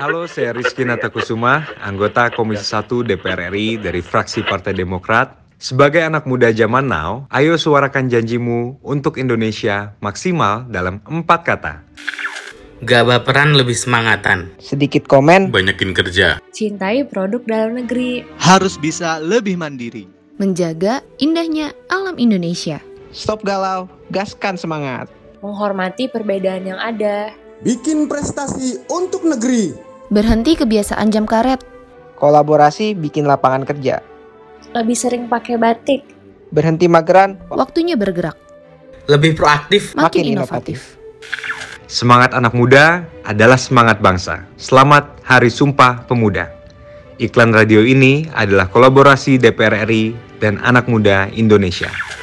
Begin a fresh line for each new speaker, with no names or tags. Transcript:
Halo, saya Rizky Natakusuma, anggota Komisi 1 DPR RI dari fraksi Partai Demokrat. Sebagai anak muda zaman now, ayo suarakan janjimu untuk Indonesia maksimal dalam empat kata.
Gak baperan lebih semangatan.
Sedikit komen,
Banyakin kerja.
Cintai produk dalam negeri.
harus bisa lebih mandiri.
menjaga indahnya alam Indonesia.
stop galau, gaskan semangat.
Menghormati perbedaan yang ada.
Bikin prestasi untuk negeri.
Berhenti kebiasaan jam karet,
Kolaborasi bikin lapangan kerja.
Lebih sering pakai batik.
Berhenti mageran, makin,
waktunya bergerak,
Lebih proaktif.
makin inovatif.
Semangat anak muda adalah semangat bangsa. Selamat Hari Sumpah Pemuda. Iklan radio ini adalah kolaborasi DPR RI dan Anak Muda Indonesia.